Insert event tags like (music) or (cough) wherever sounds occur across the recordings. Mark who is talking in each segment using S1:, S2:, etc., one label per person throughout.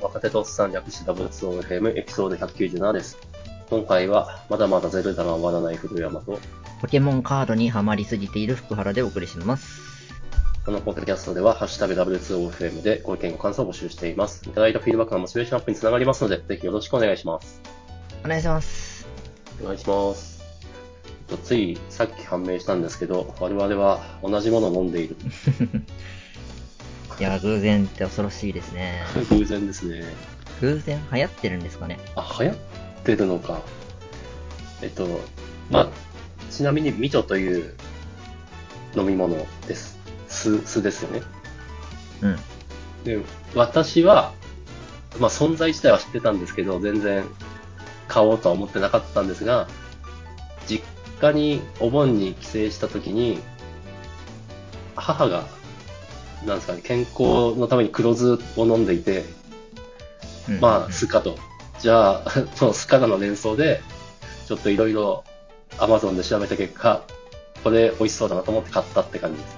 S1: 若手とおっさん略してダブルツオン FM エピソード197です。今回は、まだまだゼルダが終わらない古山と、
S2: ポケモンカードにはまりすぎている福原でお送りします。
S1: このポッドキャストでは、ハッシュタグ W2OFM でご意見ご感想を募集しています。いただいたフィードバックがモチベーションアップにつながりますので、ぜひよろしくお願いします。
S2: お願いします。
S1: お願いします。えっとついさっき判明したんですけど、我々は同じものを飲んで (laughs) いる。
S2: いや、偶然って恐ろしいですね。
S1: 偶然ですね。
S2: 偶然流行ってるんですかね。
S1: あ、流行ってるのか。えっと、まあ、ちなみにミチョという飲み物です。酢、酢ですよね。
S2: うん。
S1: で、私は、まあ存在自体は知ってたんですけど、全然買おうとは思ってなかったんですが、実家に、お盆に帰省した時に、母が、なんですかね、健康のために黒酢を飲んでいて、
S2: うん、
S1: まあ、スカと。じゃあ、そのスカダの連想で、ちょっといろいろ Amazon で調べた結果、これ美味しそうだなと思って買ったって感じです。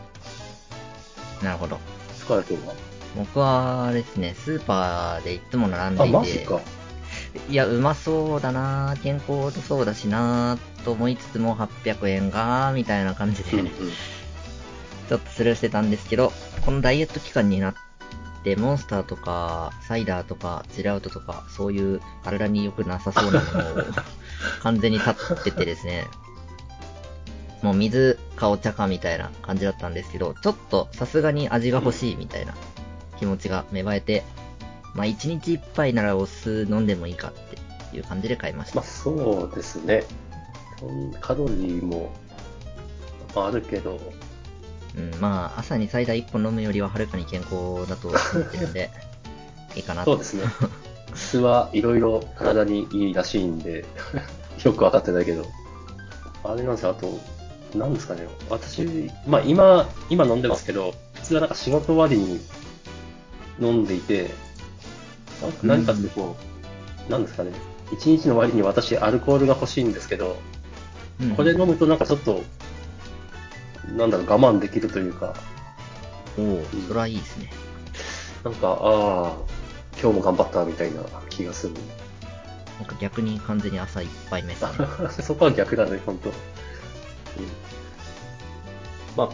S2: なるほど。
S1: 福原君は
S2: 僕はあれですね、スーパーでいつも並んで
S1: あ、
S2: いて、
S1: マジか。
S2: いや、うまそうだな健康そうだしなと思いつつも800円がみたいな感じ
S1: うん
S2: で、
S1: うん。
S2: ちょっとスルーしてたんですけど、このダイエット期間になって、モンスターとか、サイダーとか、ジェラウトとか、そういう体に良くなさそうなものを完全に立っててで
S1: (laughs)
S2: すね、もう水かお茶かみたいな感じだったんですけど、ちょっとさすがに味が欲しいみたいな気持ちが芽生えて、まあ一日一杯ならお酢飲んでもいいかっていう感じで買いました
S1: まあ、。そうですね。そんカロリーも、まあ、あるけど、
S2: うん、まあ朝に最大1本飲むよりははるかに健康だと思ってるん
S1: (laughs)
S2: で、いいかな
S1: そ
S2: と
S1: うですね。酢はいろいろ体にいいらしいんで、 (laughs) よくわかってないけど。あれなんですよ、あと、なんですかね、私、まあ今、今飲んでますけど、普通はなんか仕事終わりに飲んでいて、なんか何かってこう、なんですかね、一日の終わりに私アルコールが欲しいんですけど、
S2: うん
S1: これ飲むとなんかちょっと、なんだろう、我慢できるというか、
S2: おお、それはいいですね。
S1: なんか、ああ、今日も頑張ったみたいな気がする。
S2: なんか逆に完全に朝一杯目ですね。
S1: (laughs) そこは逆だね、本当。うん、まあ、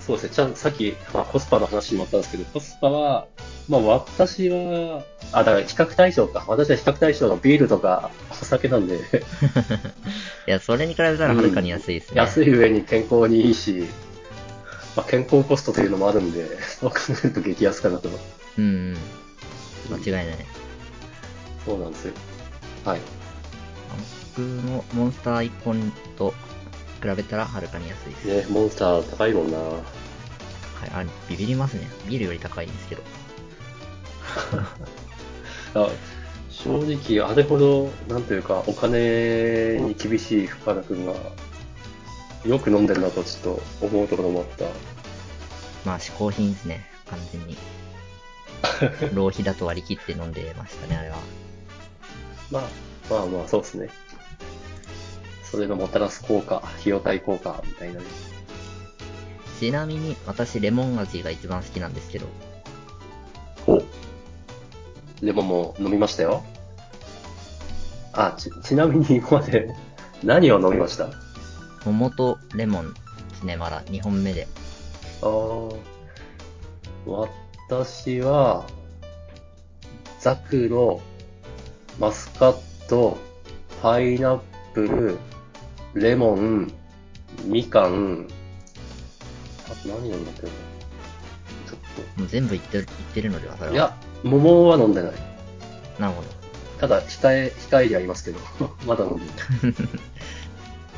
S1: そうですね、ちゃんさっき、まあ、コスパの話にもあったんですけど、コスパは、まあ私は、あ、だから比較対象か。私は比較対象のビールとかお酒なんで、
S2: いや、それに比べたらはるかに安いですね。
S1: 安
S2: い。
S1: い上に健康にいいし、まあ、健康コストというのもあるんで、そう考えると激安かなと。
S2: うん、うん。間違いない。
S1: そうなんですよ。はい。
S2: 僕もモンスター1本と比べたらはるかに安いで
S1: ね、
S2: す。
S1: モンスター高いもんな。
S2: はい、あ、ビビりますね。ビールより高いんですけど。
S1: あ正直、あれほど、なんというか、お金に厳しい福原君が、よく飲んでるなとちょっと思うところもあった。
S2: まあ、嗜好品ですね。完全
S1: (laughs)
S2: に。浪費だと割り切って飲んでましたね、あれは。
S1: まあ、まあまあ、そうですね。それのもたらす効果、費用対効果、みたいなね。
S2: ちなみに、私、レモン味が一番好きなんですけど、
S1: ほう。レモンも飲みましたよ。あ、ち、ちなみに今まで、何を飲みましたあ
S2: 桃とレモンですね、まだ2本目で。
S1: ー私は、ザクロ、マスカット、パイナップル、レモン、みかん、あと何飲んだっけなちょっ
S2: もう全部いってる、いってるのでは、それ
S1: と。い
S2: は。
S1: や、桃は飲んでない。
S2: なるほど。
S1: ただ、控え、控えにありますけど、 (laughs) まだ飲んでない。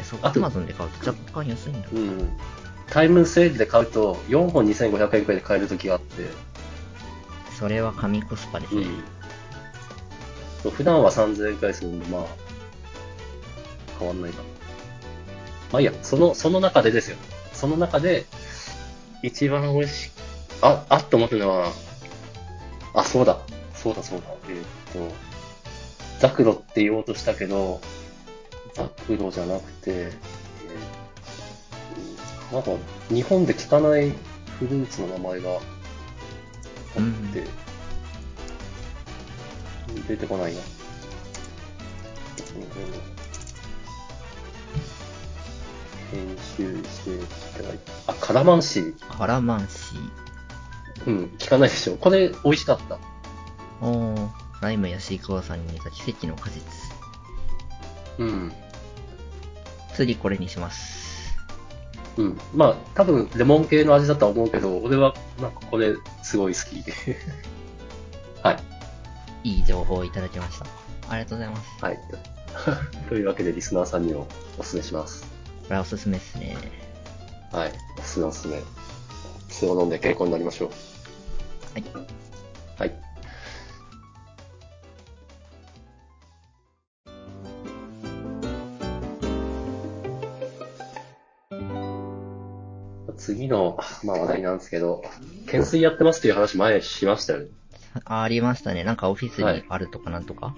S2: え、そ
S1: あ
S2: こ、
S1: と
S2: アマゾンで買うと若干安いんだ。
S1: うん。タイムセールで買うと、4本2500円くらいで買える時があって、
S2: それは神コスパですね。
S1: そう普段は3000円くらいするんで、まあ、変わんないかな。まあいいや、その、その中でですよ。その中で、一番美味しい、あ、あっと思ったのは、あ、そうだ。そうだそうだ。えーっと、ザクロって言おうとしたけど、ザクロじゃなくて、えーなんか、日本で聞かないフルーツの名前があって、
S2: うん
S1: 出てこないな。編集していただいて。あ、カラマンシー。
S2: カラマンシー。
S1: うん、聞かないでしょ。これ、美味しかった。
S2: おー、ライムやシークワーサーに似た奇跡の果実。
S1: うん。
S2: 次これにします。
S1: うん。まあ、多分、レモン系の味だとは思うけど、俺は、なんかこれ、すごい好 (laughs) き。はい。
S2: いい情報をいただきました。ありがとうございます。
S1: はい。 (laughs) というわけで、リスナーさんにもおすすめします。
S2: これはおすすめですね。
S1: はい。おすすめおすすめ。薬を飲んで健康になりましょう。
S2: はい。
S1: はい。次の、まあ、話題なんですけど、懸垂やってますっていう話前しましたよね。
S2: あありましたね。なんかオフィス
S1: は
S2: に
S1: い
S2: あるとかなんとか。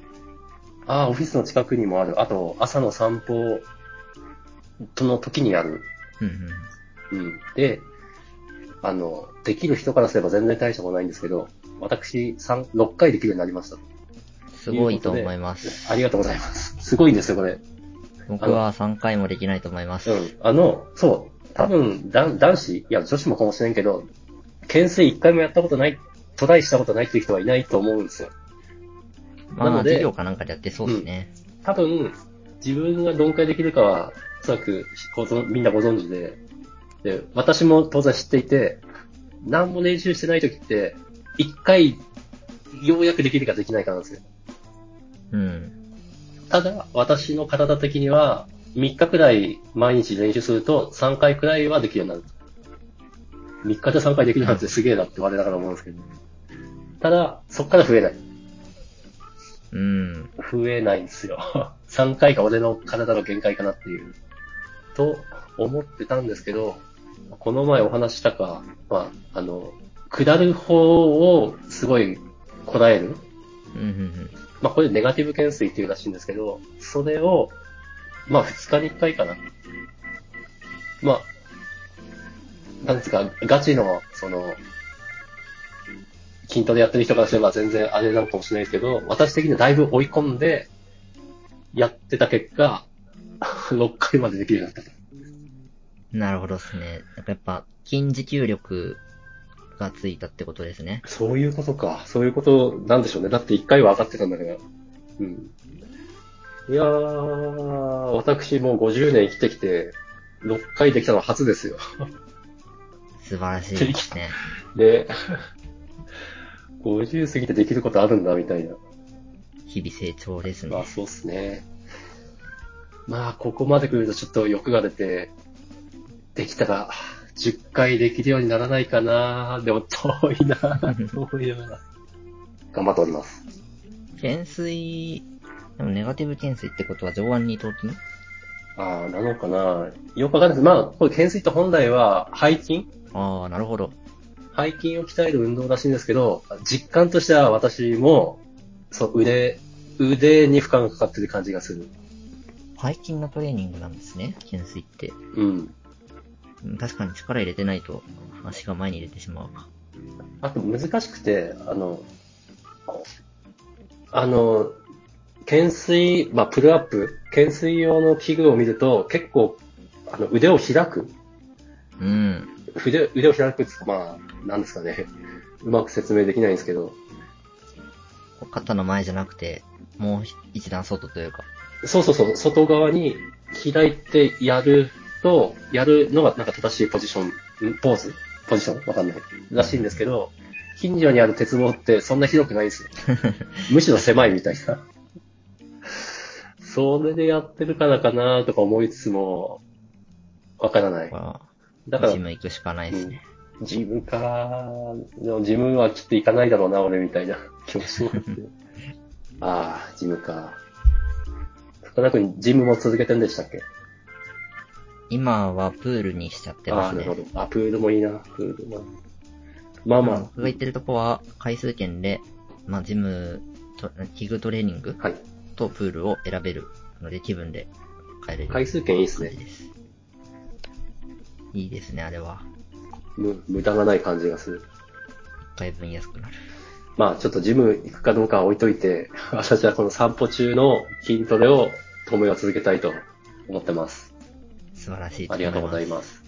S1: ああ、オフィスの近くにもある。あと、朝の散歩の時にある。
S2: うんうん。
S1: うん。で、あの、できる人からすれば全然大したことないんですけど、私、三6回できるようになりました。
S2: すごいと思います。
S1: ありがとうございます。すごいんですよ、これ。
S2: 僕は3回もできないと思います。
S1: うん。あの、そう、多分、男男子、いや、女子もかもしれんけど、懸垂一回もやったことない、トライしたことないっていう人はいないと思うんですよ。
S2: まあ、
S1: なので
S2: 授業かなんかでやってそうですね。
S1: 多分、自分がどんくらいできるかは、おそらくご存みんなご存知で、で、私も当然知っていて、何も練習してない時って、一回、ようやくできるかできないかなんですよ。
S2: うん。
S1: ただ、私の体的には、3日くらい毎日練習すると、3回くらいはできるようになる。3日で3回できるなんてすげえなって我ながら思うんですけど。ただ、そっから増えない。
S2: うん。
S1: 増えないんですよ。3回が (laughs) 俺の体の限界かなっていう。と思ってたんですけど、この前お話ししたか、まあ、あの、下る方をすごいこらえる。
S2: うんうんうん。
S1: まあ、これネガティブ懸垂っていうらしいんですけど、それを、まあ、2日に1回かな。まあ、なんですか、ガチの、その、筋トレやってる人からすれば全然あれなのかもしれないですけど、私的にはだいぶ追い込んで、やってた結果、6回までできるようになった。
S2: なるほどですね。なんかやっぱ、筋持久力がついたってことですね。
S1: そういうことか。そういうことなんでしょうね。だって1回は上がってたんだけど。うん。いやー、私もう50年生きてきて、6回できたのは初ですよ。
S2: 素晴らしいで
S1: (laughs)
S2: すね。
S1: で、50過ぎてできることあるんだ、みたいな。
S2: 日々成長です
S1: ま
S2: ね
S1: あ、。そうっすね。まあ、ここまで来るとちょっと欲が出て、できたら、10回できるようにならないかなでも遠いな (laughs) 遠いな頑張っております。
S2: 懸垂、でもネガティブ懸垂ってことは上腕二頭筋
S1: ああ、なのかなよくわかんないです。まあ、これ、懸垂って本来は背筋
S2: ああ、なるほど。
S1: 背筋を鍛える運動らしいんですけど、実感としては私も、そう、腕、腕に負荷がかかってる感じがする。
S2: 背筋のトレーニングなんですね。懸垂って。
S1: うん。
S2: うん確かに力入れてないと足が前に出てしまうか。
S1: あと難しくて、あの、あの、懸垂、まあ、プルアップ、懸垂用の器具を見ると、結構、あの、腕を開く。
S2: うん。
S1: 腕腕を開くっつうか、まあ、なんですかね。うまく説明できないんですけど。
S2: 肩の前じゃなくて、もう一段外というか。
S1: そうそうそう、外側に開いてやると、やるのがなんか正しいポジション、んポーズポジションわかんない。らしいんですけど、近所にある鉄棒ってそんな広くないんですよ。むしろ狭いみたいな。それでやってるからかなとか思いつつも、わからない。
S2: ま
S1: だか
S2: あ
S1: ら
S2: ジ、ム行くしかないですね。
S1: 自分かでも自分はきっと行かないだろうな、俺みたい
S2: (laughs)
S1: な気持ちになって。ああ、ジムか。深田君、ジムも続けてるんでしたっけ
S2: 今はプールにしちゃって
S1: あ
S2: ま
S1: あ、
S2: す
S1: なる
S2: ね
S1: ほ。ど。あ、プールもいいな、プールも。まあまあ
S2: 僕、が行ってるとこは回数券で、まあジムと、器具トレーニング
S1: はい。
S2: とプールを選べるので気分で変えれる。
S1: 回数券いいっす
S2: 感
S1: ね
S2: じ。です。いいですね、あれは。
S1: む無駄がない感じがする。
S2: 一回分安くなる。
S1: まあちょっとジム行くかどうかは置いといて、 (laughs) 私たちはこの散歩中の筋トレを当面は続けたいと思ってます。
S2: 素晴らしい
S1: ありがとうござい
S2: す。
S1: ます。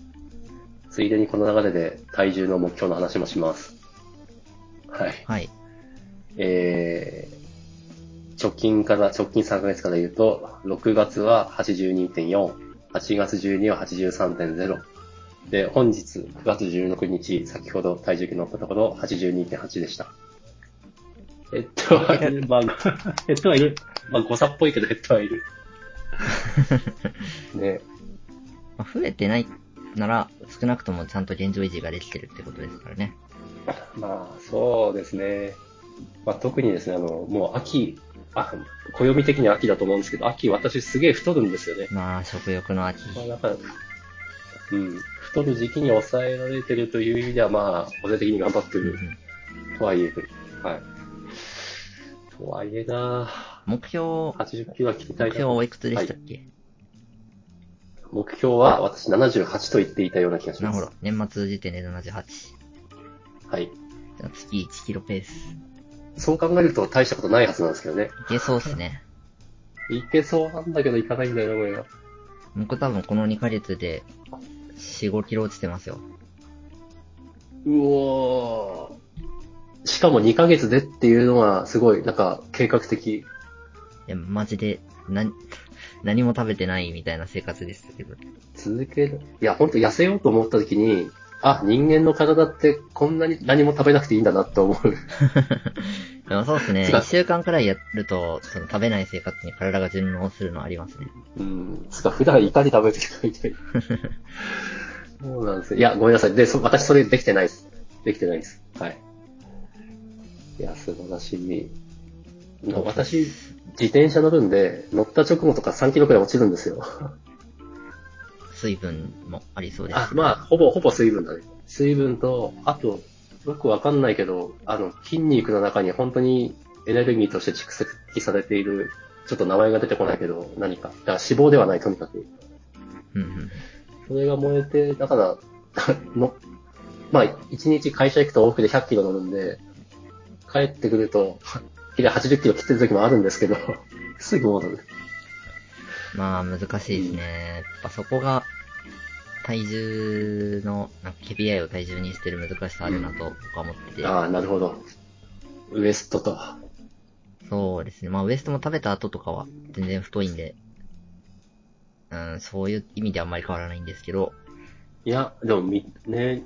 S1: ついでにこの流れで体重の目標の話もします。はい。
S2: はい。
S1: えー、直近から、直近3ヶ月から言うと、6月は82.4、8月12は83.0。で、本日9月16日、先ほど体重計乗ったところ82.8でした。ヘッドはいる、まあ、ヘッドはいる。まあ、誤差っぽいけどヘッドはい (laughs) る。ね、
S2: まあ、増えてないなら、少なくともちゃんと現状維持ができてるってことですからね。
S1: まあ、そうですね。まあ、特にですね、あの、もう秋、あ、暦的には秋だと思うんですけど、秋私すげえ太るんですよね。
S2: まあ、食欲の秋。
S1: まあ、なんか、うん、太る時期に抑えられてるという意味では、まあ、個人的に頑張って
S2: うんう
S1: る
S2: ん
S1: とはいえ、はい。とはいえな
S2: 目標、
S1: 80キロは切りた
S2: 目
S1: い
S2: 標
S1: な。
S2: はおいくつでしたっけ、
S1: 目標は私78と言っていたような気がし
S2: な
S1: ま
S2: る
S1: す。
S2: ほど。年末時点で78。じ
S1: はい。
S2: ゃあ月1キロペース。
S1: そう考えると大したことないはずなんですけどね。
S2: いけそうっすね。
S1: いけそうなんだけどいかないんだよな、これが。
S2: 僕多分この2ヶ月で4、5キロ落ちてますよ。
S1: うおー。しかも2ヶ月でっていうのはすごい、なんか計画的。
S2: いや、マジで、な、何も食べてないみたいな生活でしたけど。
S1: 続ける。いや、本当痩せようと思った時に、あ、人間の体ってこんなに何も食べなくていいんだなって思う。
S2: でもそうっすね。1週間くらいやると、その食べない生活に体が順応するのありますね。
S1: うん。つか、普段いかに食べてるかみたいな。そうなんですよ。いや、ごめんなさい。で、そ私それできてないです。できてないです。はい。いや、素晴らしい。もう私、自転車乗るんで、乗った直後とか3キロくらい落ちるんですよ。
S2: 水分もありそうですし。
S1: あ、まあ、ほぼ、ほぼ水分だね。水分と、あと、よくわかんないけど、あの、筋肉の中に本当にエネルギーとして蓄積されている、ちょっと名前が出てこないけど、何か。だから脂肪ではない、とにかく。
S2: うんうん。
S1: それが燃えて、だから、 (laughs) の、まあ、1日会社行くと往復で100キロ乗るんで、帰ってくると、きれい80キロ切ってる時もあるんですけど、すぐ戻る。
S2: まあ、難しいですね。やっぱそこが、体重の、なんか、KPI を体重にしてる難しさあるなと、僕は思ってて。
S1: ああ、なるほど。ウエストと。
S2: そうですね。まあ、ウエストも食べた後とかは、全然太いんで、うん、そういう意味ではあんまり変わらないんですけど、
S1: いや、でもみ、ね、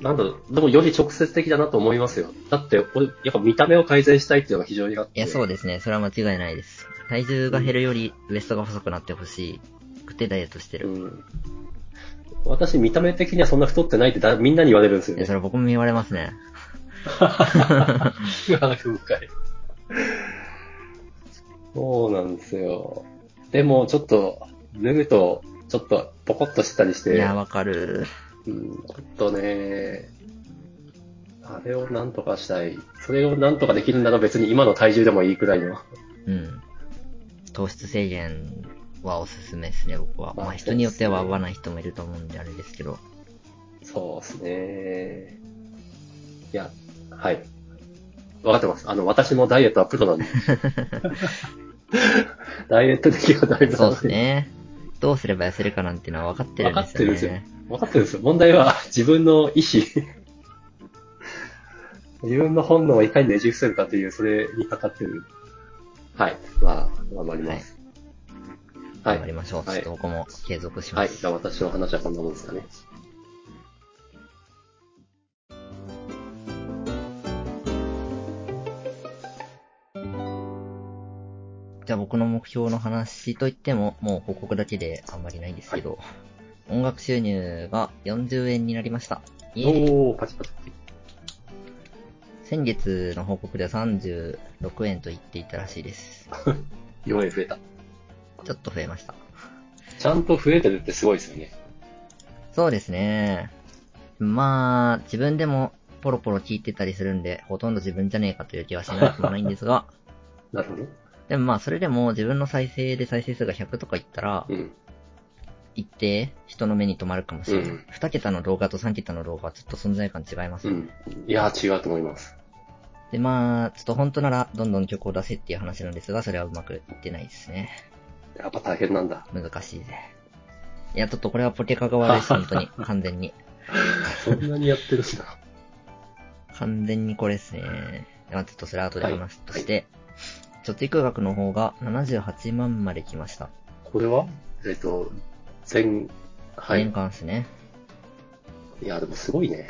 S1: なんだろう、でもより直接的だなと思いますよ。だって、俺、やっぱ見た目を改善したいっていうのが非常にあって。
S2: いや、そうですね。それは間違いないです。体重が減るより、ウエストが細くなってほしくてダイエットしてる。
S1: うん。私、見た目的にはそんな太ってないってだみんなに言われるんですよ
S2: いや、そ
S1: ね。
S2: れ僕も言われますね。
S1: 言 (laughs) わなく深い。そうなんですよ。でも、ちょっと、脱ぐと、ちょっと、ポコッとしたりし
S2: い
S1: て、
S2: や、わかる。
S1: うん、ちょっとね、あれをなんとかしたい。それをなんとかできるなら別に今の体重でもいいくらいの。
S2: うん。糖質制限はおすすめですね、僕は。
S1: まあ
S2: まあ、人によっては合わない人もいると思うんであれですけど。
S1: そうですね。いや、はい。わかってます。あの、私もダイエットはプロ
S2: (laughs)
S1: なんで。ダイエット的はダイエット
S2: そうです。ね。どうすれば痩せるかなんてのは分かってるんです
S1: 分
S2: よね。
S1: かってるんですよわかってるんですよ。問題は自分の意志。自分の本能をいかにねじ伏せるかという、それにかかってる。はい。まあ、頑張ります。はい。
S2: 頑張
S1: はい。
S2: りましょう。
S1: はい
S2: ちょっと僕も継続し
S1: は
S2: ま
S1: い、
S2: す。
S1: じゃあ私の話はこんなもんですかね。
S2: じゃあ僕の目標の話といっても、もう報告だけであんまりないんですけど、音楽収入が40円になりました。イエーイ
S1: おー、パチパチ。
S2: 先月の報告では36円と言っていたらしいです。
S1: 4円増えた。
S2: ちょっと増えました。
S1: ちゃんと増えてるってすごいですよね。
S2: そうですね。まあ、自分でもポロポロ聞いてたりするんで、ほとんど自分じゃねえかという気はしなくもないんです
S1: (laughs)
S2: が、
S1: なるほど。
S2: でもまあ、それでも自分の再生で再生数が100とかいったら、
S1: うん。
S2: 一定人の目に留まるかもしれない。
S1: うん
S2: 2桁の動画と3桁の動画はちょっと存在感違います
S1: う
S2: ね。
S1: ん。いや、違うと思います。
S2: で、まあ、ちょっと本当ならどんどん曲を出せっていう話なんですが、それはうまくいってないですね。
S1: やっぱ大変なんだ。
S2: 難しいぜ。いや、ちょっとこれはポケカが悪いです、本当に。完全に。
S1: そんなにやってるんだ。
S2: 完全にこれですね。まあ、ちょっとそれは後で話すとして、貯蓄額の方が78万まで来ました。
S1: (laughs) これはえっ、と、全、はい。
S2: 年間ですね。
S1: いや、でもすごいね。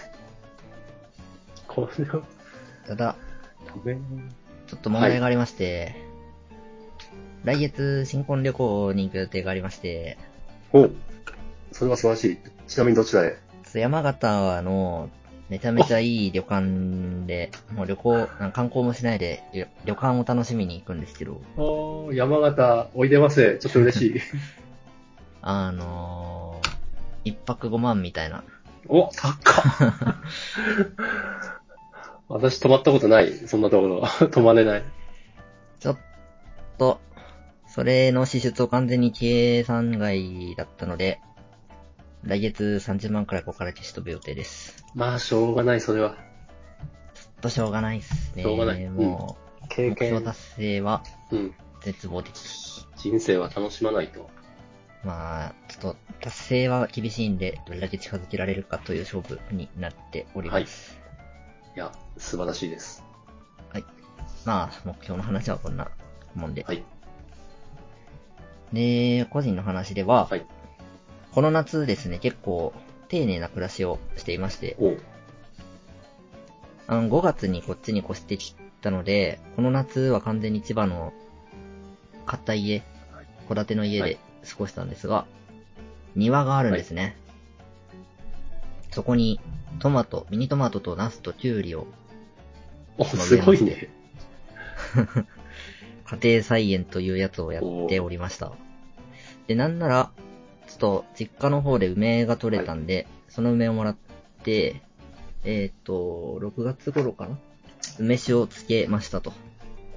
S1: これは、
S2: ただ、
S1: 多分
S2: ちょっと問題がありまして、来月新婚旅行に行く予定がありまして、
S1: おそれは素晴らしい。ちなみにどちらへ
S2: 山形のめちゃめちゃいい旅館で、もう旅行、なんか観光もしないで旅旅館を楽しみに行くんですけど、
S1: お山形、おいでます。ちょっと嬉しい。
S2: あのー、一泊5万みたいな。
S1: お、
S2: (laughs)
S1: 高っ。私泊まったことない。そんなところ。泊まれない。
S2: ちょっと、それの支出を完全に計算外だったので、来月30万くらいここから消し飛ぶ予定です。
S1: まあ、しょうがない、それは。
S2: ちょっとしょうがないっすね。
S1: しょうがない
S2: もう、
S1: 経
S2: 目標達成は
S1: うん。
S2: 絶望的。
S1: 人生は楽しまないと。
S2: まあ、ちょっと、達成は厳しいんで、どれだけ近づけられるかという勝負になっております。
S1: いや、素晴らしいです。
S2: まあ、目標の話はこんなもんで。
S1: はい。
S2: で、個人の話では、
S1: はい
S2: この夏ですね、結構、丁寧な暮らしをしていまして、
S1: お
S2: あの5月にこっちに越してきたので、この夏は完全に千葉の買った家
S1: はい、
S2: 戸建ての家
S1: は
S2: で
S1: い
S2: 過ごしたんですが、庭があるんですね。そこに、トマト、ミニトマトとナスとキュウリを
S1: お、すごいね。
S2: 家庭菜園というやつをやっておりました。で、なんなら、ちょっと実家の方で梅が取れたんで、その梅をもらって、えっ、と、6月頃かな梅酒を漬けましたと。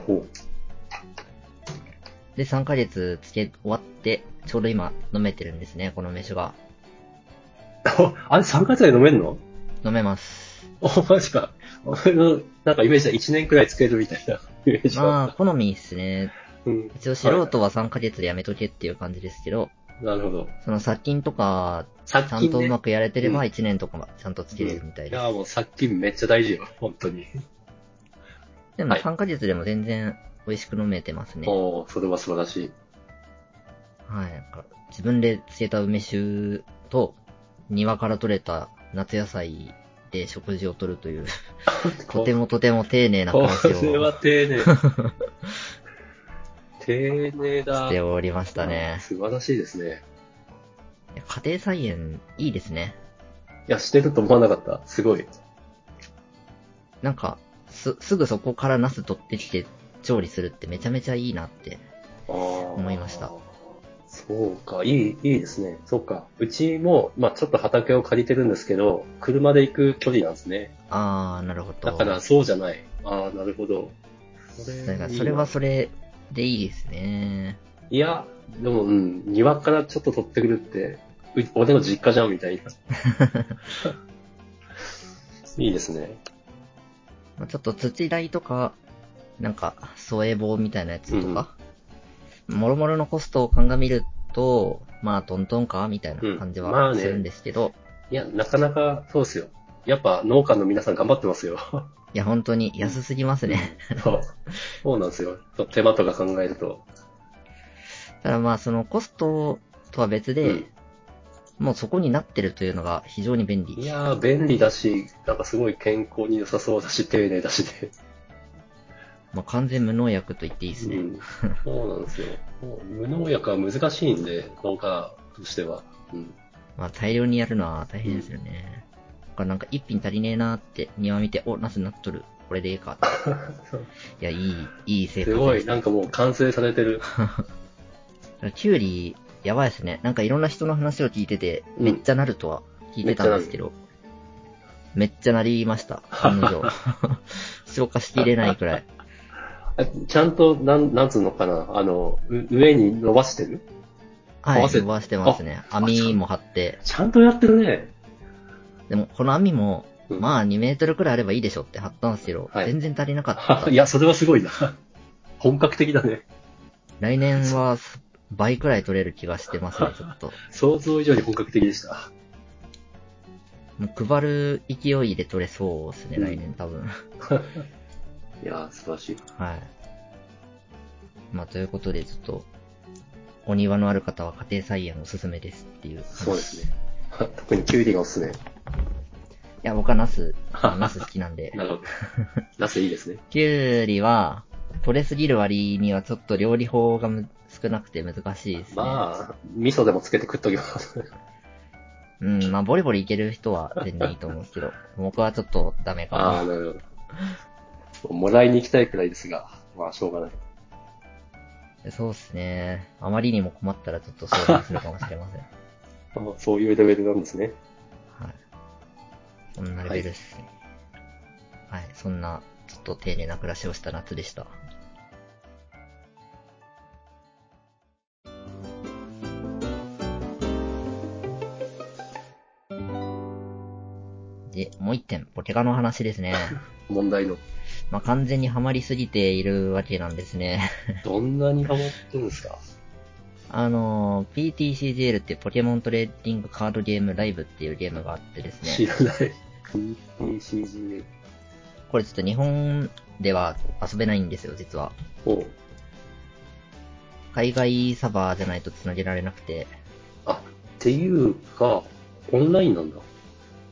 S1: お
S2: で、3ヶ月漬け終わって、ちょうど今飲めてるんですね、この梅酒が。
S1: あれ、3ヶ月で飲めるの
S2: 飲めます。
S1: お、マジか。俺の、なんかイメージは1年くらい作れるみたいなイメージ
S2: ま
S1: だ
S2: あ
S1: っ、た。
S2: 好みですね。
S1: うん。
S2: 一応素人は3ヶ月でやめとけっていう感じですけど、
S1: なるほど。
S2: その殺菌とか、
S1: 殺
S2: ちゃん
S1: 菌
S2: とう
S1: ね
S2: ま。くやれてれば
S1: うん
S2: 1年とかはちゃんと漬けれるみたい
S1: い
S2: です。
S1: や、もう殺菌めっちゃ大事よ。本当に。
S2: でも
S1: はい
S2: 3ヶ月でも全然美味しく飲めてますね。はい。
S1: おおそれは素晴らしい。
S2: なんか自分で漬けた梅酒と、庭から採れた夏野菜で食事をとるという、とてもとても丁寧な暮
S1: こ
S2: らし
S1: れは
S2: を
S1: 丁
S2: (laughs)
S1: 寧。丁寧だ。
S2: しておりましたね。
S1: 素晴らしいですね。
S2: 家庭菜園、いいですね。
S1: いや、してると思わなかった。すごい。
S2: なんか、す、すぐそこからナス取ってきて調理するってめちゃめちゃいいなって。
S1: 思
S2: いました。
S1: そうか、いい、いいですね。そうか。うちも、まあちょっと畑を借りてるんですけど、車で行く距離なんですね。
S2: あー、なるほど。
S1: だから、そうじゃない。ああ、なるほど。そ
S2: だからそれはそれでいいですね。
S1: いや、でも、うん、庭からちょっと取ってくるって、う俺の実家じゃんみたい
S2: (laughs)
S1: な。いいですね。
S2: まあちょっと土代とか、なんか、添え棒みたいなやつとか、もろもろのコストを鑑みると、まあ、トントンかみたいな感じ
S1: うんまあ
S2: は
S1: ね
S2: するんですけど、
S1: いや、なかなかそうですよ。やっぱ農家の皆さん頑張ってますよ。
S2: いや、本当に安すぎますね。
S1: そう。そうなんですよ。そう手間とか考えると。
S2: ただまあ、そのコストとは別
S1: う
S2: で、
S1: ん
S2: もうそこになってるというのが非常に便利。
S1: いやー、便利だし、なんかすごい健康に良さそうだし、丁寧だしで。
S2: まあ、完全無農薬と言っていいですね。
S1: うん、そうなんですよ。もう無農薬は難しいんで、農家としては。うん、
S2: まあ、大量にやるのは大変ですよね。だからなんか一品足りねえなーって庭見て、お、ナスなっとる。これでい
S1: (laughs)
S2: いかって。いや、いい、いい生活
S1: すご
S2: で
S1: い、
S2: す
S1: なんかもう完成されてる。
S2: キュウリ、やばいですね。なんかいろんな人の話を聞いてて、
S1: うん
S2: めっちゃなるとは聞いてたんですけど、めっちゃなりました。
S1: (laughs)
S2: 案の定。消化しきれないくらい。
S1: あちゃんと、なん、なんつうのかな、あの、う上に伸ばしてる
S2: は
S1: 合わ
S2: い、
S1: せ
S2: 伸ばしてますね。網も張って。
S1: ちゃんとやってるね。
S2: でも、この網も、
S1: うん
S2: まあ2メートルくらいあればいいでしょって張ったんですけど、
S1: はい
S2: 全然足りなかった
S1: (laughs) い。や、それはすごいな。本格的だね。
S2: 来年は倍くらい取れる気がしてますね、ちょっ (laughs) と。
S1: 想像以上に本格的でした。
S2: もう配る勢いで取れそうですね、
S1: うん
S2: 来年多分。
S1: いや、素晴らしい。
S2: はい。まあ、ということで、ちょっと、お庭のある方は家庭菜園おすすめですっていう。
S1: そうで
S2: ね。
S1: すね。 (laughs) 特にキュウリがおすすめ。
S2: いや、僕はナス、あナス好きなんで。
S1: なるほ (laughs) ど。ナスいいですね。
S2: (laughs) キュウリは、取れすぎる割にはちょっと料理法がむ少なくて難しいですね。
S1: まあ、味噌でもつけて食っときます。
S2: うん、まあ、ボリボリいける人は全然いいと思うんですけど、僕はちょっとダメかな。
S1: ああ、なるほど。もらいに行きたいくらいですが、まあ、しょうがない。
S2: そうですね。あまりにも困ったらちょっと相談するかもしれません。
S1: あーそういうレベルなんですね。
S2: はい。そんなレベルですね。はい、そんな、ちょっと丁寧な暮らしをした夏でした。で、もう一点、ポケカの話ですね。
S1: 問題の。
S2: まあ、完全にハマりすぎているわけなんですね。
S1: どんなにハマってるんですか
S2: あのー、PTCGL ってポケモントレーディングカードゲームライブっていうゲームがあってですね。
S1: 知らない。PCG
S2: これちょっと日本では遊べないんですよ、実は。
S1: を、
S2: 海外サーバーじゃないと繋げられなくて、
S1: あ、っていうか、オンラインなんだ。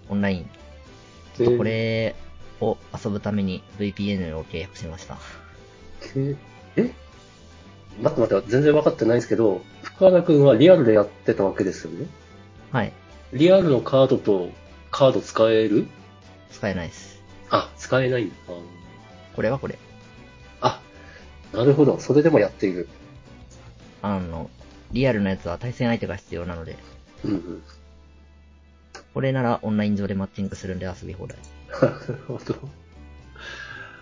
S2: オンライン。ちょっとこれを遊ぶために VPN を契約しました。
S1: けえ待って待って、全然分かってないんですけど、深田君はリアルでやってたわけですよね。
S2: はい。
S1: リアルのカードとカード使える
S2: 使えないです。
S1: あ、使えないんだ。
S2: これはこれ。
S1: あ、なるほど。それでもやっている。
S2: あの、リアルなやつは対戦相手が必要なので、
S1: うんうん。
S2: これならオンライン上でマッチングするんで遊び放題。
S1: なるほど。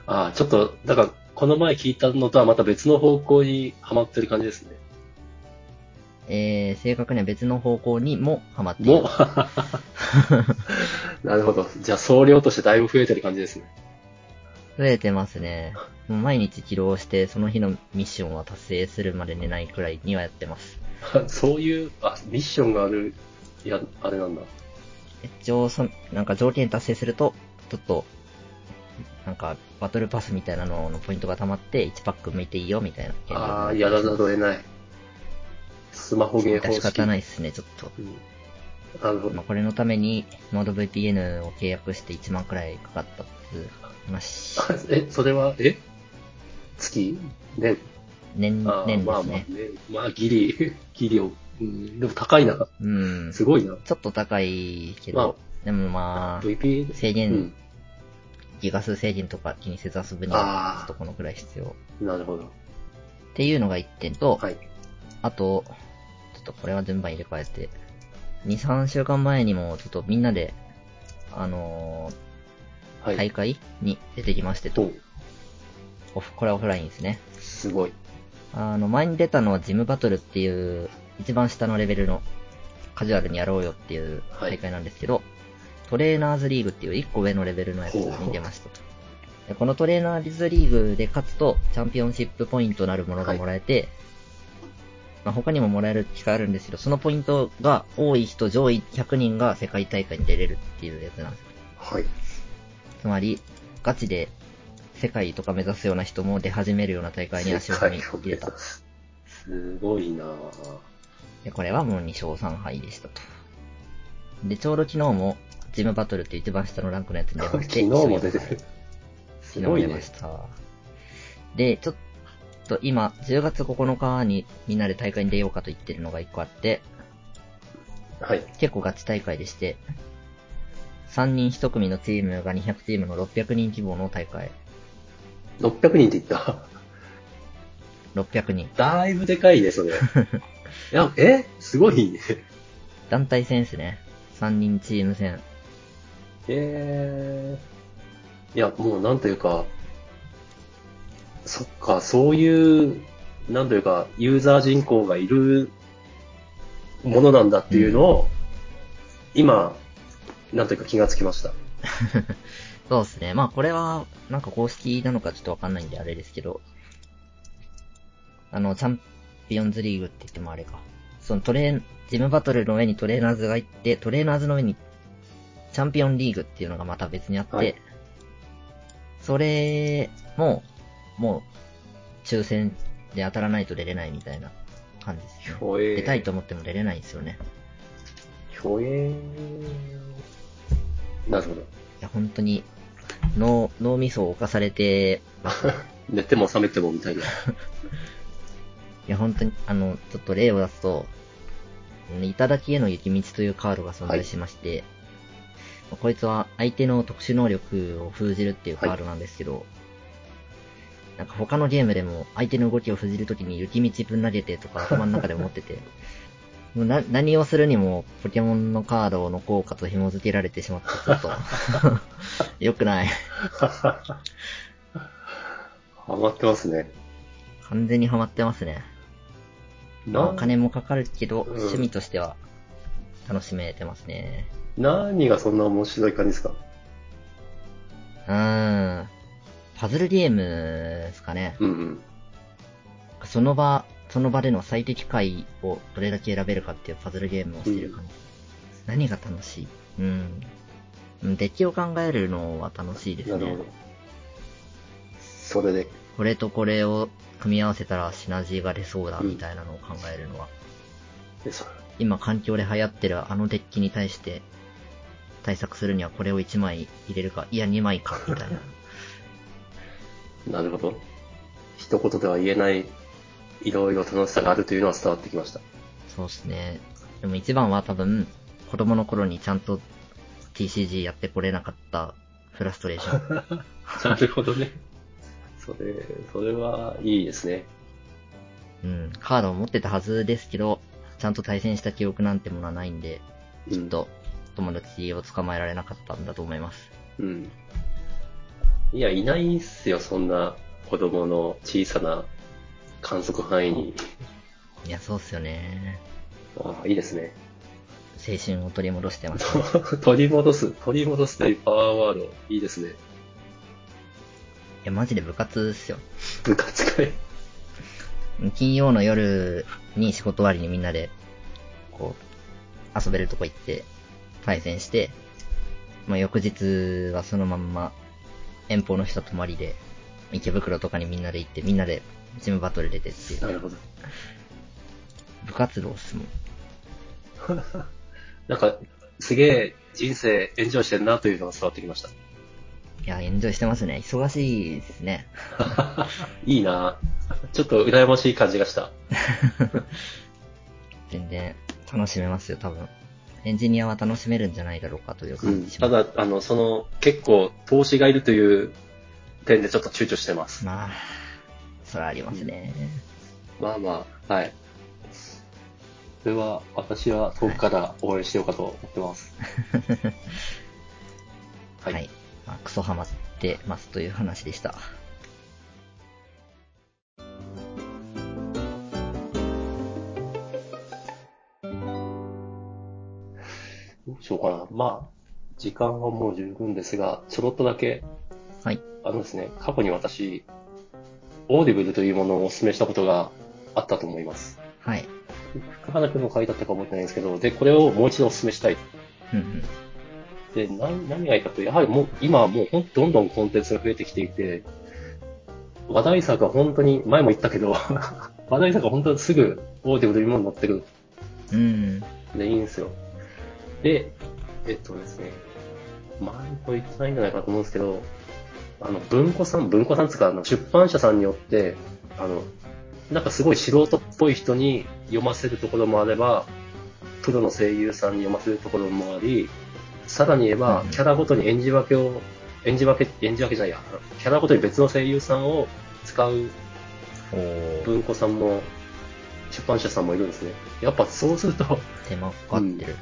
S1: あ、ちょっと、だから、この前聞いたのとはまた別の方向にハマってる感じですね。
S2: えー、正確には別の方向にもハマってい
S1: も (laughs)
S2: る。
S1: う、なるほど。じゃあ、総量としてだいぶ増えてる感じですね。
S2: 増えてますね。もう毎日起動して、その日のミッションは達成するまで寝ないくらいにはやってます。
S1: (laughs) そういう、あ、ミッションがある、いや、あれなんだ。
S2: 一応、そなんか条件達成すると、ちょっと、なんか、バトルパスみたいなののポイントが溜まって、1パック向いていいよみたいな。
S1: ああ、やらざるを得ない。スマホゲー方
S2: 仕
S1: 式。
S2: 方ないっすね、ちょっと。
S1: うんなるほ
S2: ま
S1: ど
S2: あ、。これのために、ノード VPN を契約して1万くらいかかったっていう話。
S1: (laughs) え、それは、え月年
S2: 年、
S1: あー
S2: 年で
S1: まあ
S2: す
S1: まあね
S2: ね。。
S1: まあ、ギリ、 (laughs) ギリを。うん、でも高いな。
S2: うん。
S1: す
S2: ち
S1: ごいな。
S2: ょっと高いけ
S1: ま
S2: ど、でもま
S1: あ、
S2: あ、
S1: VPN。
S2: 制
S1: う
S2: 限、
S1: ん。
S2: ギガ数制限とか気にせず遊ぶに
S1: あ
S2: は
S1: ー、
S2: ちょっとこのくらい必要。っ
S1: なるほど。
S2: ていうのが1点と、
S1: はい。
S2: あと、ちょっとこれは順番入れ替えて、2、3週間前にも、ちょっとみんなで、あの
S1: は
S2: ー
S1: い。
S2: 大会に出てきましてと、
S1: お
S2: オフ、これはオフラインですね。
S1: すごい。
S2: あの、前に出たのはジムバトルっていう、一番下のレベルのカジュアルにやろうよっていう
S1: はい
S2: 大会なんですけど、トレーナーズリーグっていう1個上のレベルのやつに出ましたと。でこのトレーナーズリーグで勝つと、チャンピオンシップポイントなるものがもらえて、まあ、他にももらえる機会あるんですけど、そのポイントが多い人上位100人が世界大会に出れるっていうやつなんですよ。
S1: はい。
S2: つまり、ガチで世界とか目指すような人も出始めるような大会に足を踏み入れた。
S1: す。すごいな
S2: で、これはもう2勝3敗でしたと。で、ちょうど昨日も、ジムバトルって一番下のランクのやつに出
S1: (laughs)
S2: ま
S1: 昨
S2: して、
S1: 日も出て
S2: 昨
S1: る。す
S2: 日
S1: ご
S2: も
S1: い
S2: 出ま
S1: ね
S2: し。た。で、ちょっと今、10月9日にみんなで大会に出ようかと言ってるのが1個あって、
S1: はい。
S2: 結構ガチ大会でして、3人1組のチームが200チームの600人規模の大会。
S1: 600人って言った。 (laughs)
S2: 600人。
S1: だいぶでかいね、 (laughs) それ。いや、えすごいね。
S2: 団体戦ですね。3人チーム戦。
S1: えー、いや、もうなんというか、そっか、そういう、なんというか、ユーザー人口がいるものなんだっていうのを、今、なんというか気がつきました。
S2: そうですね。まあこれは、なんか公式なのかちょっとわかんないんであれですけど、あの、チャンピオンズリーグって言ってもあれか。そのトレーン、ジムバトルの上にトレーナーズがいて、トレーナーズの上にチャンピオンリーグっていうのがまた別にあって、
S1: はい
S2: それも、もう、抽選で当たらないと出れないみたいな感じですね。
S1: ひょえ
S2: 出たいと思っても出れないんですよね。
S1: ひょえなるほど。
S2: いや、本当に、脳、脳みそを犯されて、
S1: (laughs) 寝ても覚めてもみたいな。
S2: いや、本当に、あの、ちょっと例を出すと、頂きへの雪道というカードが存在しまして、まあこいつは相手の特殊能力を封じるっていうカードなんですけど、なんか他のゲームでも相手の動きを封じるときに雪道ぶん投げてとか頭の中で思ってて、 (laughs) もうな何をするにもポケモンのカードの効果と紐付けられてしまって、ちょ (laughs) っと、良くない。
S1: ハマってますね。
S2: 完全にハマってますね。まあお金もかかるけど、
S1: うん
S2: 趣味としては楽しめてますね。
S1: 何がそんな面白い感じですか
S2: うーん。パズルゲームですかね。
S1: うんうん。
S2: その場、その場での最適解をどれだけ選べるかっていうパズルゲームをしてる感じ。何が楽しいうん。うんデッキを考えるのは楽しいです
S1: なる
S2: ね
S1: ほ。ど。それで、
S2: これとこれを組み合わせたらシナジーが出そうだみたいなのを考えるのは、
S1: えそ
S2: 今環境で流行ってるあのデッキに対して対策するにはこれを1枚入れるか、いや2枚か、みたいな。
S1: なるほど。一言では言えない、いろいろ楽しさがあるというのは伝わってきました。
S2: そうですね。でも一番は多分、子供の頃にちゃんと TCG やってこれなかったフラストレーション。
S1: なるほどね。 (laughs) それ、それはいいですね。
S2: うん。カードを持ってたはずですけど、ちゃんと対戦した記憶なんてものはないんで、
S1: う
S2: ちょっ
S1: ん。
S2: と友達を捕まえられなかったんだと思います。
S1: うん。いや、いないっすよ、そんな子供の小さな観測範囲に。
S2: いや、そうっすよね。
S1: ああ、いいですね。
S2: 青春を取り戻してま
S1: (laughs)
S2: す。
S1: 取り戻す、取り戻すというパワーワード、いいですね。
S2: いや、マジで部活っすよ。
S1: 部活会。
S2: 金曜の夜に仕事終わりにみんなで、こう、遊べるとこ行って、対戦して、まあ、翌日はそのまんま、遠方の人泊まりで、池袋とかにみんなで行って、みんなでジムバトル出てっていう、
S1: なるほど。
S2: 部活動っすもん。
S1: なんか、すげえ人生エンジョイしてんなというのが伝わってきました。 (laughs)
S2: いや、エンジョイしてますね。忙しいですね。
S1: いいなぁちょっと羨ましい感じがした。
S2: 全然、楽しめますよ、多分。エンジニアは楽しめるんじゃないだろうかという感じしま
S1: た
S2: す。
S1: だ、あの、その、結構、投資がいるという点でちょっと躊躇してます。
S2: まあ、それはありますね。
S1: まあまあ、はい。それは、私は遠くから応援しようかと思って (laughs) ます。は。
S2: はいい、まあ。クソハマってますという話でした。
S1: どうしようかな。まあ、時間はもう十分ですが、ちょろっとだけ、
S2: はい。
S1: あのですね、過去に私、オーディブルというものをお勧めしたことがあったと思います。
S2: はい。
S1: 福原君の回だったか覚えてないんですけど、で、これをもう一度お勧めしたい。
S2: うんうん。
S1: で、何何がいいかというと、やはりもう、今はもうほんどんどんコンテンツが増えてきていて、話題作は本当に、前も言ったけど、 (laughs) 話題作は本当にすぐオーディブルにも載ってくる
S2: うん。
S1: で、いいんですよ。で、えっとですね、前も言ってないんじゃないかと思うんですけど、あの、文庫さん、文庫さんつうか、あの出版社さんによって、あの、なんかすごい素人っぽい人に読ませるところもあれば、プロの声優さんに読ませるところもあり、さらに言えば
S2: うん、
S1: キャラごとに演じ分けを、演じ分け、演じ分けじゃないや、あのキャラごとに別の声優さんを使う
S2: おー、
S1: 文庫さんも、出版社さんもいるんですね。やっぱそうすると、
S2: 手間かかってる。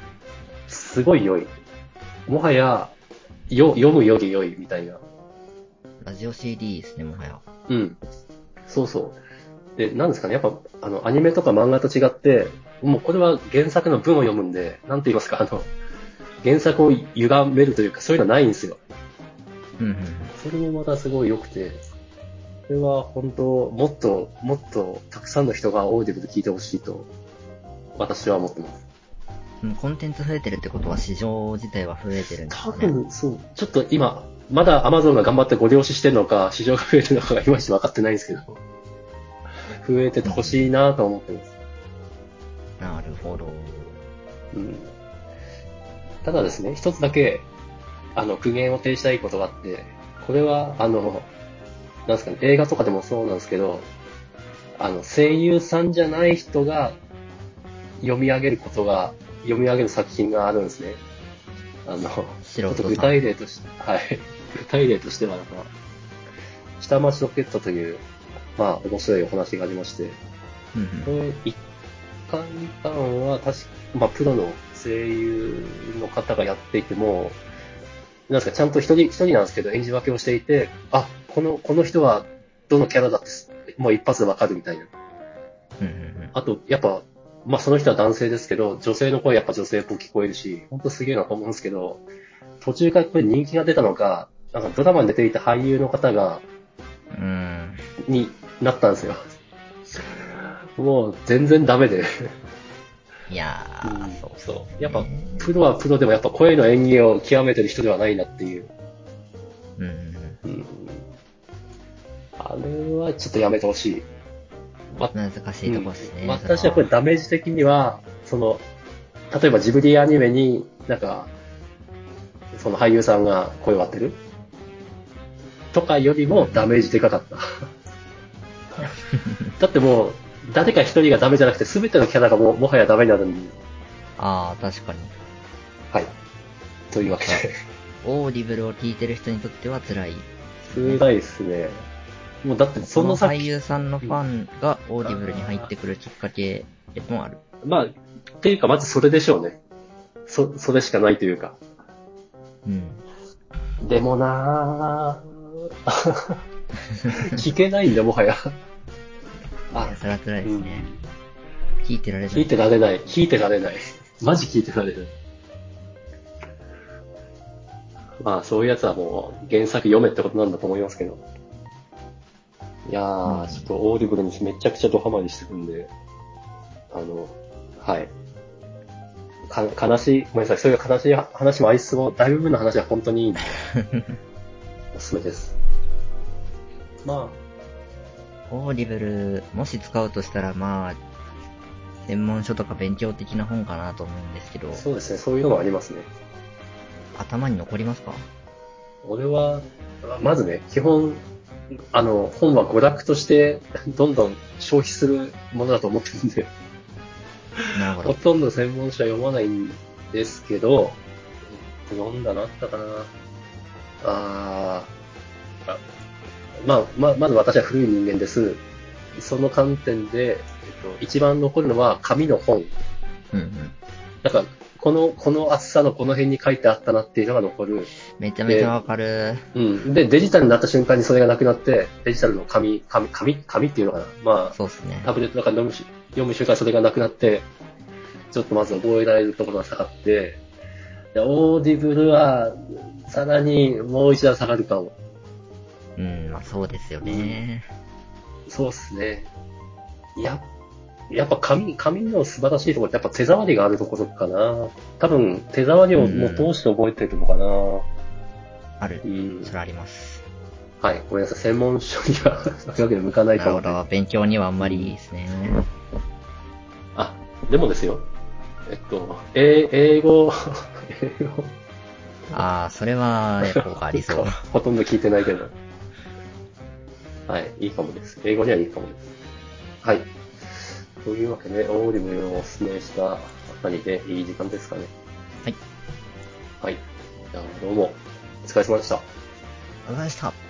S1: すごい良い。もはや、よ、読むより良いみたいな。
S2: ラジオ CD ですね、もはや。
S1: うん。そうそう。で、なんですかね、やっぱ、あの、アニメとか漫画と違って、もうこれは原作の文を読むんで、なんて言いますか、あの、原作を歪めるというか、そういうのはないんですよ。
S2: うんうん。
S1: それもまたすごい良くて、これは本当、もっと、もっとたくさんの人がオーディブル聞いてほしいと、私は思ってます。
S2: でもコンテンツ増えてるってことは市場自体は増えてるんです
S1: 多
S2: かね。
S1: 分、そう、ちょっと今、まだ Amazon が頑張ってご了承してるのか、市場が増えてるのかがいまいち分かってないんですけ (laughs) ど、増えててほしいなと思ってます。
S2: なるほど。
S1: うんただですね、一つだけ、あの、苦言を呈したいことがあって、これは、あの、なんですかね、映画とかでもそうなんですけど、あの、声優さんじゃない人が読み上げることが、読み上げる作品があるんですね。あの、
S2: 素
S1: ちょっと
S2: 人
S1: 具
S2: さん。
S1: 体例として、はい。 (laughs) 具体例としては、なんか、下町ロケットという、まあ、面白いお話がありまして、
S2: うん
S1: これ、一巻一巻は確か、まあ、プロの声優の方がやっていても、なんですか、ちゃんと一人、一人なんですけど、演じ分けをしていて、あ、この、この人はどのキャラだって、もう一発でわかるみたいな。
S2: うん。うんうん
S1: あと、やっぱ、まあ、その人は男性ですけど、女性の声やっぱ女性っぽく聞こえるし、ほんとすげえなと思うんですけど、途中からこれ人気が出たのか、なんかドラマに出ていた俳優の方が、
S2: うん。うん。
S1: になったんですよ。もう全然ダメで。
S2: いやー、
S1: うん
S2: そうっすね
S1: そうやっぱプロはプロでもやっぱ声の演技を極めてる人ではないなっていう。
S2: うんうんう
S1: う
S2: ん。
S1: ん、あれはちょっとやめてほしい。わ
S2: 難しいとこですね。
S1: うん
S2: それ
S1: 私はこれダメージ的には、その、例えばジブリアニメになんか、その俳優さんが声を当てるとかよりもダメージでかかった。 (laughs) だってもう、誰か一人がダメじゃなくて全てのキャラがもうもはやダメになるんで、
S2: あー、確かに。
S1: はい。というわけで。
S2: オーディブルを聞いてる人にとっては辛い。
S1: 辛いですね。もうだってそ
S2: そ
S1: の
S2: の
S1: さ
S2: 俳優さんのファンがオーディブルに入ってくるきっかけでもある。
S1: まあ、っていうかまずそれでしょうね。そ、それしかないというか。
S2: うん。
S1: でもな
S2: (laughs)
S1: ぁ。聞けないんで、もはや。
S2: い
S1: あ
S2: や、、それは辛いですね。聞いてられない。
S1: 聞いてられない。聞いてられない。マジ聞いてられない。まあ、そういうやつはもう原作読めってことなんだと思いますけど。いやー、
S2: うん
S1: ちょっとオーディブルにめちゃくちゃドハマりしてるんで、あの、はい。か悲しい、ごめんなさい、そういう悲しい話もありつつも、大部分の話は本当 (laughs) にいいんで、おすすめです。ま
S2: オーディブル、もし使うとしたら、まあ、専門書とか勉強的な本かなと思うんですけど
S1: あ、、そうですね、そういうのもありますね。
S2: 頭に残りますか
S1: 俺は、まずね、基本、あの、本は娯楽として、どんどん消費するものだと思ってるんで、
S2: なるほ
S1: ほ
S2: ど。
S1: とんど専門書は読まないんですけど、えっと読んだのあったかなあーあ、まあ、まあ、まず私は古い人間です。その観点で、えっと、一番残るのは紙の本。
S2: うんうん。
S1: なんか、この、この厚さのこの辺に書いてあったなっていうのが残る。
S2: めちゃめちゃわかる。
S1: うん。で、デジタルになった瞬間にそれがなくなって、デジタルの紙、紙、紙、紙っていうのかな。まあ、
S2: そうっすね。
S1: タブレットの中で読むし読む瞬間それがなくなって、ちょっとまず覚えられるところが下がって、でオーディブルは、さらにもう一段下がるかも。
S2: うん、まあそうですよね。
S1: そうっすね。や、やっぱ紙、紙の素晴らしいところってやっぱ手触りがあるところかな。多分、手触りをもう通して覚えてるのかな。
S2: ある
S1: う。ん。
S2: それあります。
S1: はい。ごめんなさい。専門書には、そういうわけで向かない
S2: な
S1: か
S2: る
S1: も
S2: ほ。ど。勉強にはあんまりいいですね。
S1: あ、でもですよ。えっと、え英語、英語。
S2: ああ、それは、効果あり (laughs) そう。
S1: ほとんど聞いてないけど。はい、いいかもです。英語にはいいかもです。はい。というわけで、オーディブルをお勧めしたあたりでいい時間ですかね。
S2: はい。
S1: はい。じゃあ、どうも、お疲れ様でした。
S2: ありがとうございました。